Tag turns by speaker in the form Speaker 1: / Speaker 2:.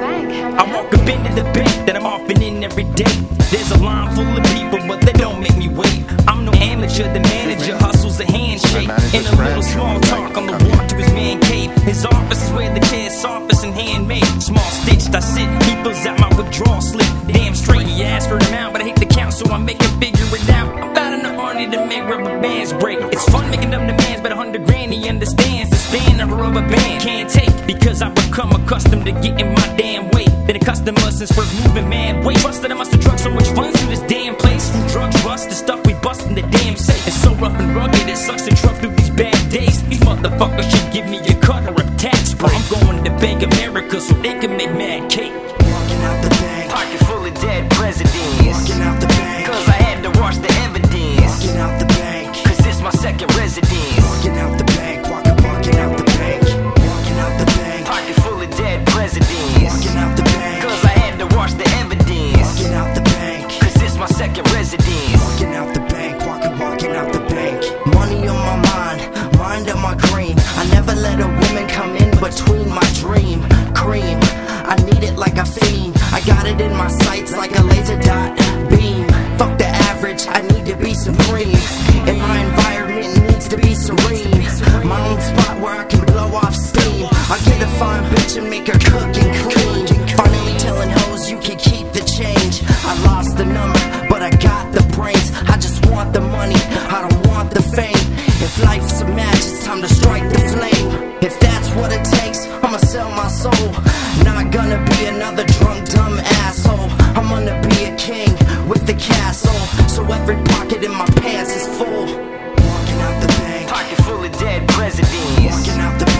Speaker 1: I walk up into the bank that I'm often in every day. There's a line full of people, but they don't make me wait. I'm no amateur, the manager hustles a handshake. In a little small talk on the walk to his man cave. His office is where the cash office and handmade. Small stitched, I sit, he fills out my withdrawal slip. Damn straight, he asked for an amount, but I hate the count, so I make him figure it out. I've got enough money to make rubber bands break. It's fun making them demands, but a hundred grand he understands. The span of a rubber band can't take because I've become accustomed to getting my damn way. Been a customer since first moving mad way. Busted I must have drunk so much fun through this damn place. Through drugs, rust, the stuff we bust in the damn safe. It's so rough and rugged, it sucks to truck through these bad days. These motherfuckers should give me a cut or a tax break. I'm going to Bank America so they can make mad cake.
Speaker 2: Walking out the bank.
Speaker 3: Pocket full of dead presidents.
Speaker 2: Walking out the bank.
Speaker 3: Cause I had to wash the evidence.
Speaker 2: Walking out the bank.
Speaker 3: Cause it's my second residence.
Speaker 2: Walking out the bank. Walking, walking out the bank. Walking out the bank.
Speaker 3: Pocket full of dead presidents.
Speaker 2: Walking out the bank.
Speaker 3: Cause I had to wash the evidence.
Speaker 2: Walking out the bank.
Speaker 3: Cause it's my second residence.
Speaker 2: Walking out the bank. Walking, walking out the bank. Money on my mind. Mind on my green. I never let a woman come in between my dream. Cream. I need it like a fiend. I got it in my sights like a laser dot beam. Fuck the average. I need to be supreme. And my environment needs to be serene. My own spot where I can blow off steam. I get a fine bitch and make her cook and clean. Finally telling hoes you can keep the change. I lost the number, but I got the brains. I just want the money. I don't want the fame. If life's a match, it's time to strike the flame. If that's what it takes, I'ma sell my soul. Not gonna be another drunk, dumb asshole. I'm gonna be a king with the castle. So every pocket in my pants is full. Walking out the bank.
Speaker 3: Pocket full of dead presidents.
Speaker 2: Walking out the